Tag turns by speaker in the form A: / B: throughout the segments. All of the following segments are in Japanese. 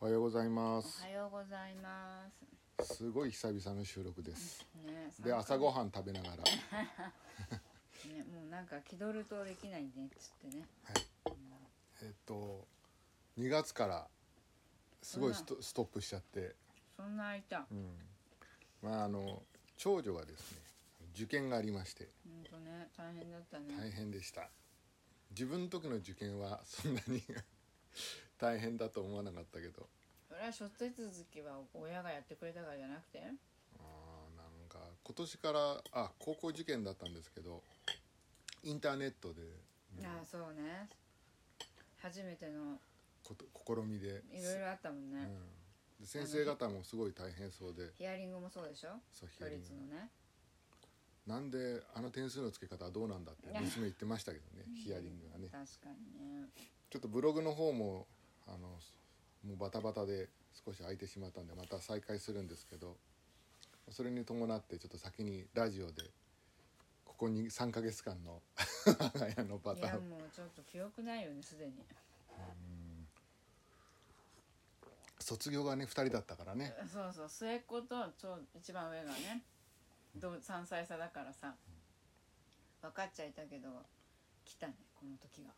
A: おはようございま
B: お
A: す
B: はようございます。
A: すごい久々の収録です
B: ね、
A: で
B: 寒
A: 朝ごはん食べながらはい
B: ね、もうなんか気取るとできないねっつってね。
A: いえっと2月からすごいストストップしちゃって
B: そんな空いた。
A: うんまああの長女がですね受験がありまして
B: うんとね、大変だったね。
A: 大変でした自分の時の受験はそんなに 大変だと思わなかったけど
B: それは諸手続きは親がやってくれたからじゃなくて。
A: あーなんか今年からあ高校受験だったんですけどインターネットで
B: ああ、そうね。初めての
A: こと試みで
B: いろいろあったもん
A: う
B: ね。
A: んで先生方もすごい大変そうで
B: ヒアリングもそうでしょ。
A: そうヒア
B: 都
A: リング
B: 立のね。
A: なんであの点数の付け方はどうなんだって娘言ってましたけどねヒアリングがね
B: 確かにね。
A: ちょっとブログの方もあのもうバタバタで少し空いてしまったんでまた再開するんですけどそれに伴ってちょっと先にラジオでここに3ヶ月間の我が家のパ
B: い
A: タ
B: や、
A: ーン
B: もうちょっと記憶ないよね、すでに。
A: 卒業がね2人だったからね
B: そうそう、末っ子と長一番上がねどう3歳差だからさ分かっちゃいたけど来たねこの時が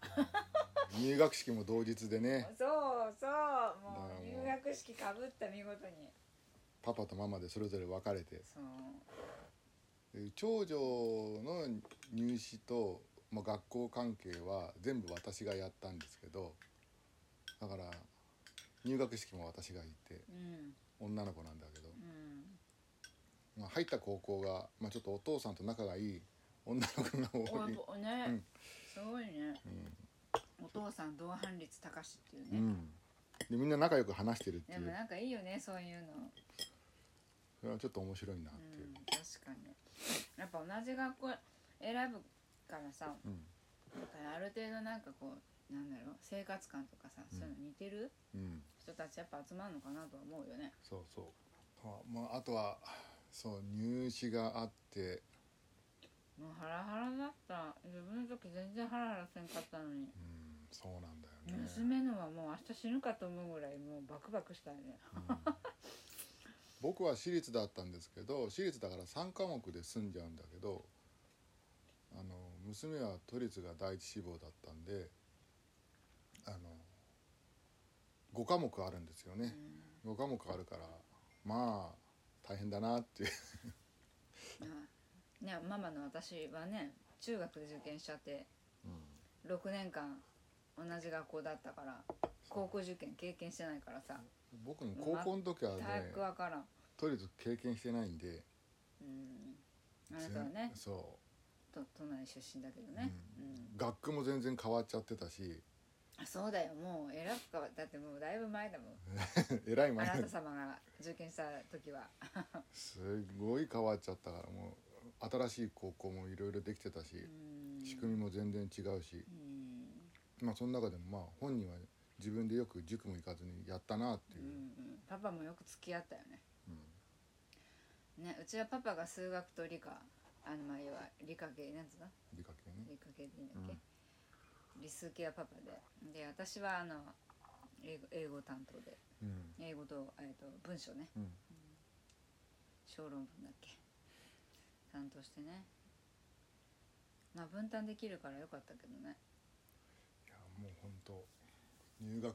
A: 入学式も同日でね
B: そうそ
A: だ
B: う
A: からも
B: も
A: う
B: う入学式かぶった見事に
A: パパとママでそれぞれ別れて
B: そう
A: で長女の入試と、まあ、学校関係は全部私がやったんですけどだから入学式も私がいて
B: うん
A: 女の子なんだけど、
B: うん
A: まあ、入った高校が、まあ、ちょっとお父さんと仲がいい女の子が多
B: おや
A: い
B: っ、ぱね、
A: うん
B: すごいね、お父さん同伴率高しっていう
A: う
B: ね、
A: ん、でみんな仲良く話してるってい
B: でも
A: う
B: なんかいいよねそういうの
A: それはちょっと面白いなっ
B: う
A: ていう、
B: ん確かにやっぱ同じ学校選ぶからさ、
A: うん
B: だからある程度なんかこうなんだろう生活感とかさ、そういうの似てる
A: うん、
B: 人たちやっぱ集まるのかなとは思うよね
A: そうそうあ,、まあ、あとはそう入試があって
B: もうハラハラだった自分の時全然ハラハラせんかったのに、
A: うんそうなんだよね
B: 娘のはもう明日死ぬかと思うぐらいもうバクバクしたよね、
A: 僕は私立だったんですけど私立だから3科目で済んじゃうんだけどあの娘は都立が第一志望だったんであの5科目あるんですよね、5科目あるからまあ大変だなっていう
B: うんねママの私はね中学で受験しちゃって、6年間同じ学校だったから高校受験経験してないからさ
A: 僕も高校の時はね
B: 全くわからん、
A: 都立経験してないんで
B: うん、あなたはね
A: そ
B: と都内出身だけどね、
A: う、
B: うん
A: 学区も全然変わっちゃってたし
B: あそうだよもう選ぶかだってもうだいぶ前だもん
A: えらい
B: あ
A: 前
B: なた様が受験した時は
A: すごい変わっちゃったからもう新しい高校もいろいろできてたし
B: う、ん
A: 仕組みも全然違うし、
B: うん
A: まあその中でもまあ本人は自分でよく塾も行かずにやったなっていうう、
B: んうんパパもよく付き合ったよねねうちはパパが数学と理科あのまあ要は理科系なんつうの
A: 理科系ね
B: 理科系でいいんだっけ、理数系はパパでで私はあの英語英語担当で
A: うん、
B: 英語と,、えー、と文章ね
A: うん、
B: 小論文だっけ担当してねまあ分担できるからよかったけどね
A: いやもう本当入学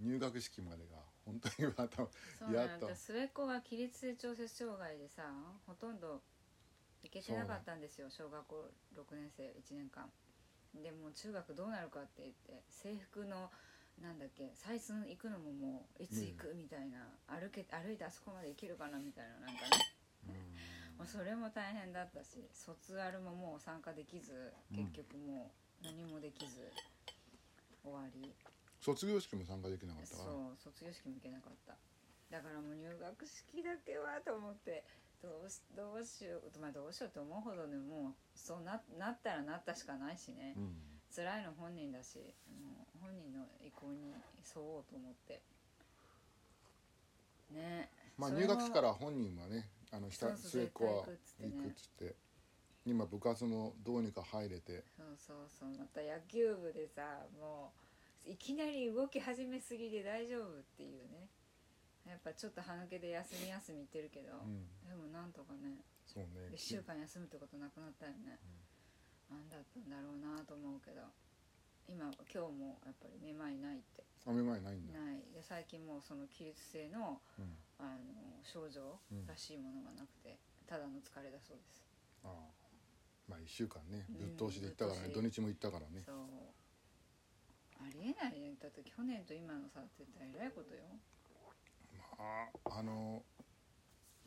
A: 入学式までが本当にま た
B: そう
A: や
B: な
A: っ
B: んだ
A: と
B: 末っ子が起立性調節障害でさほとんど行けてなかったんですよ小学校6年生1年間でもう中学どうなるかって言って制服のなんだっけ採寸行くのももういつ行くみたいな、歩け歩いてあそこまで行けるかなみたいななんかねもうそれも大変だったし卒アルももう参加できず結局もう何もできず終わり、
A: 卒業式も参加できなかったから
B: そう卒業式も行けなかっただからもう入学式だけはと思ってどうしどうしようまあどうしようと思うほどねもうそうななったらなったしかないしね、
A: うん、
B: 辛いの本人だしもう本人の意向に沿おうと思ってね
A: まあ
B: そ
A: 入
B: れも
A: 学式から本人はねあの
B: そ
A: 下
B: うそう
A: 末っ子は行くっ
B: 絶
A: つ
B: 対行くっつってね
A: って今部活もどうにか入れて
B: そうそうそうまた野球部でさもういきなり動き始めすぎで大丈夫っていうねやっぱちょっと歯抜けで休み休み行ってるけど、
A: うん
B: でもなんとかね
A: そうね
B: 1週間休むってことなくなったよね、なんだったんだろうなと思うけど今今日もやっぱりめまいないって
A: あめまいないんだ
B: ないで最近もうその起立性の
A: うん
B: あの症状
A: うん
B: らしいものがなくて、ただの疲れだそうです、
A: ああまあ1週間ね
B: うん
A: ぶっ通しで行ったからね
B: ぶっ
A: 土
B: 通し
A: 日も行ったからね
B: そうありえないねだって去年と今のさ絶対えらいことよ
A: まああの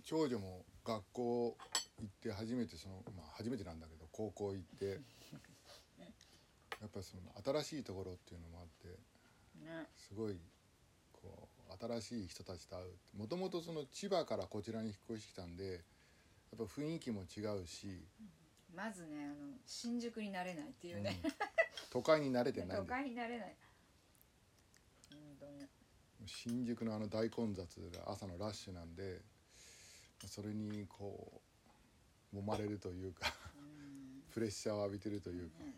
A: 長女も学校行って初めてそのまあ初めてなんだけど高校行ってやっぱりその新しいところっていうのもあって
B: ね
A: すごいこう新しい人たちと会うもともとその千葉からこちらに引っ越してきたんでやっぱ雰囲気も違うし、
B: まずねあの新宿になれないっていうね、
A: うん都会に慣れてない
B: 都
A: んで
B: 会になれない本当に
A: 新宿のあの大混雑が朝のラッシュなんでそれにこう揉まれるというか
B: うん
A: プレッシャーを浴びてるというか、
B: ね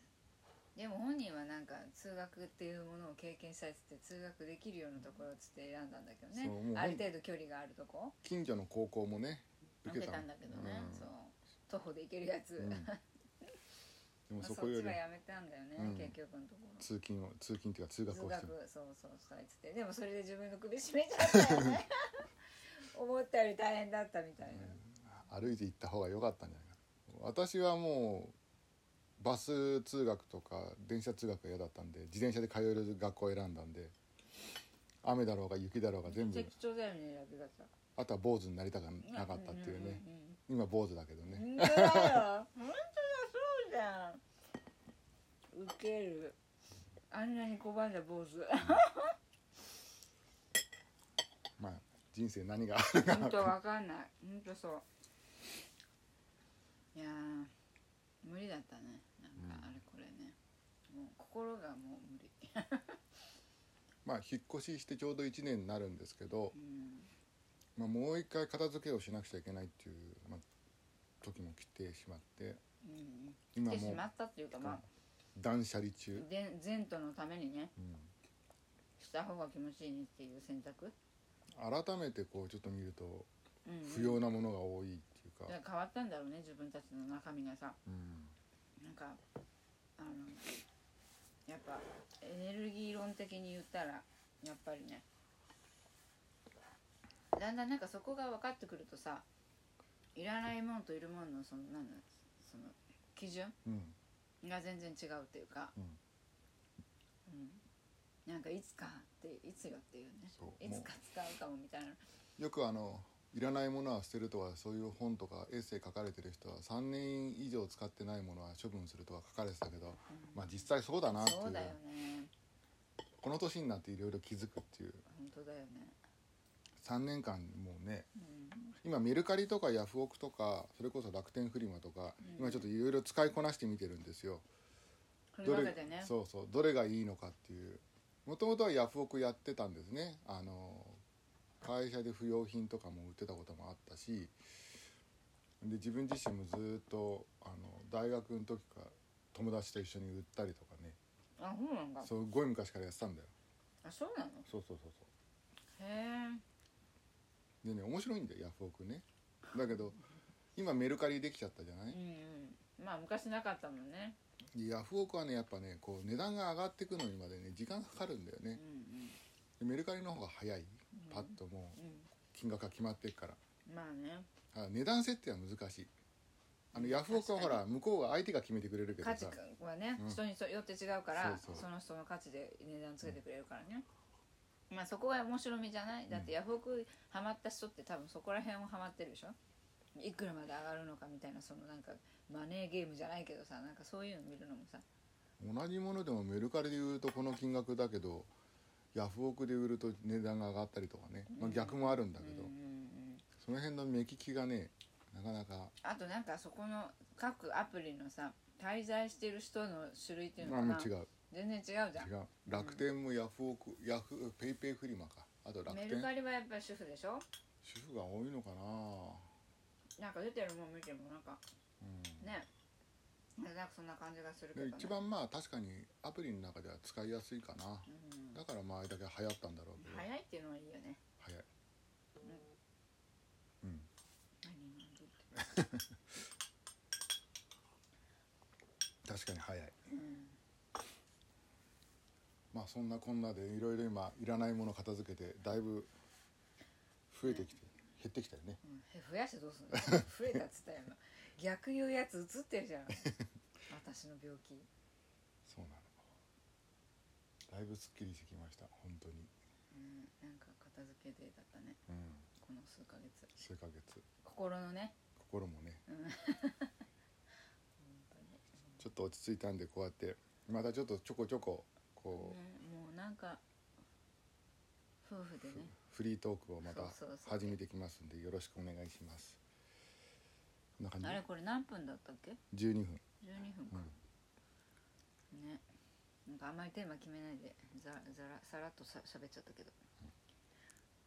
B: でも本人はなんか通学っていうものを経験したいっつって通学できるようなところっつって選んだんだけどね
A: そうもう
B: ある程度距離があるとこ
A: 近所の高校もね
B: 受けたんだけどね、
A: うん
B: そう徒歩で行けるやつ、
A: うん
B: ま
A: でも
B: あ
A: そ
B: そ
A: こよ
B: っち
A: り
B: はやめたんだよね、
A: うん
B: 結局のところ
A: 通勤を通勤っていうか通学
B: 通
A: をしてる
B: 学そうそうしたいっつってでもそれで自分の首絞めちゃったよ ね思ったより大変だったみたいな、
A: 歩いて行った方が良かったんじゃないかな私はもうバス通学とか電車通学が嫌だったんで自転車で通える学校を選んだんで雨だろうが雪だろうが全
B: めっ
A: 部
B: ちゃ貴重だよね選び方
A: あとは坊主になりたくなかったっていうね
B: んんんうん
A: 今坊主だけどね
B: 本当だよ本当だそうじゃんウケるあんなに拒んだ坊主
A: まあ人生何が
B: 本当わかんない本当そういやー無理だったねなんか
A: うん
B: あれこれね、もう心がもう無理、
A: まあ引っ越ししてちょうど1年になるんですけど
B: う、ん、
A: まあ、もう一回片付けをしなくちゃいけないっていう、まあ、時も来てしまって
B: うん
A: 今
B: 来てし
A: もう
B: まったっていうかまあ
A: 断捨離中、
B: で前途のためにね
A: うん
B: した方が気持ちいいねっていう選択、
A: 改めてこうちょっと見ると
B: うんうん、
A: 不要なものが多いっていうか、
B: だから変わったんだろうね自分たちの中身がさ
A: うん
B: なんかあのやっぱエネルギー論的に言ったらやっぱりねだんだんなんかそこが分かってくるとさいらないもんといるもんのそのなんだその基準
A: うん
B: が全然違うっていうか、
A: うん
B: うんなんかいつかっていつよっていうね
A: そう
B: いつか使うかもみたいな
A: よくあのいらないものは捨てるとかそういう本とかエッセイ書かれてる人は3年以上使ってないものは処分するとか書かれてたけど、まあ実際そうだなっていう
B: そうだよね
A: この年になっていろいろ気づくっていう
B: 本当だよね、
A: 3年間もうね
B: うん
A: 今メルカリとかヤフオクとかそれこそ楽天フリマとか、
B: うん
A: 今ちょっといろいろ使いこなしてみてるんですよ。
B: こ
A: ど
B: の
A: れ
B: 中でね
A: そうそうどれがいいのかっていうもともとはヤフオクやってたんですねあの会社で不要品とかも売ってたこともあったしで自分自身もずっとあの大学の時から友達と一緒に売ったりとかね
B: あそうなんだ
A: そうすごい昔からやってたんだよ
B: あそうなの
A: そうそうそうそ
B: へえ
A: うでね面白いんだよヤフオクねだけど今メルカリできちゃったじゃない
B: うんうんまあ昔なかったもんね
A: でヤフオクはねやっぱねこう値段が上がってくのにまでね時間かかるんだよ
B: うん
A: ねでメルカリの方が早いパッともう
B: うんう
A: 金額が決まってるから
B: んまあね
A: だから値段設定は難しいあのヤフオクはほ
B: 確から
A: 向こうが相手が決めてくれるけど
B: 価値
A: さ
B: はね、
A: うん
B: 人によって違うから
A: そ
B: そう
A: そう
B: の人の価値で値段つけてくれるからね、まあそこが面白みじゃないだってヤフオクハマった人って多分そこら辺をハマってるでしょいくらまで上がるのかみたいなそのなんかマネーゲームじゃないけどさなんかそういうの見るのもさ
A: 同じものでもメルカリで売るとこの金額だけどヤフオクで売ると値段が上がったりとかね、まあ、
B: うん
A: 逆もあるんだ
B: うん
A: け
B: うん
A: ど、
B: うん
A: その辺の目利きがねなかなか
B: あとなんかそこの各アプリのさ滞在してる人の種類っていうの
A: あ
B: か
A: も
B: な
A: う違う
B: 全然違うじゃん
A: 違う楽天もヤフオクヤフペイペイフリマかあと楽
B: メ
A: 天
B: ルカリはやっぱり主婦でしょ
A: 主婦が多いのかな
B: なんか出てるもん見てもなんか
A: うん
B: ねなんかそんな感じがするけど、
A: で
B: ね、
A: 一番まあ確かにアプリの中では使いやすいかな
B: うん
A: だからまああれだけ流行ったんだろうけど
B: 早いっていうのはいいよね
A: 早い確かに早い
B: うん
A: まあそんなこんなでいろいろ今いらないもの片付けてだいぶ増えてきて減ってきたよね
B: うんえ増やしてどうすんの増えたっつったよ今逆言うやつ映ってるじゃん私の病気
A: そうなのだいぶすっきりしてきました本当に
B: うんなんか片付けデーだったね
A: うん
B: この数ヶ月
A: 数ヶ月
B: 心のね
A: 心もね
B: うん本当に
A: ちょっと落ち着いたんでこうやってまたちょっとちょこちょここ
B: ね、もうなんか夫婦で
A: う、
B: ね
A: フリートークをまた
B: そうそうそう
A: 始めてきますんでよろしくお願いしますこんな感
B: あれこれ何分だったっけ
A: じ12分、
B: 12分
A: う
B: か
A: ん、、
B: ねなんかあんまりテーマ決めないでざざらさらっとさ喋っちゃったけど、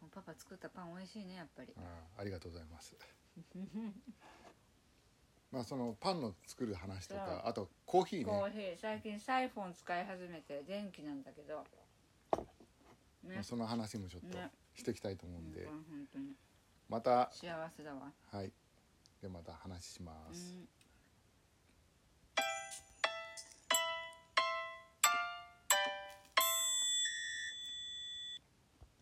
B: もうパパ作ったパン美味しいねやっぱり、
A: あーありがとうございます まあそのパンの作る話とかあとコーヒー
B: コ
A: ね、
B: ーヒー最近サイフォン使い始めて電気なんだけど
A: ま
B: ね
A: あ、その話もちょっと
B: ね
A: していきたいと思うんで、
B: うん本当に
A: また
B: 幸せだわ
A: はいでまた話しま
B: う
A: す、
B: ん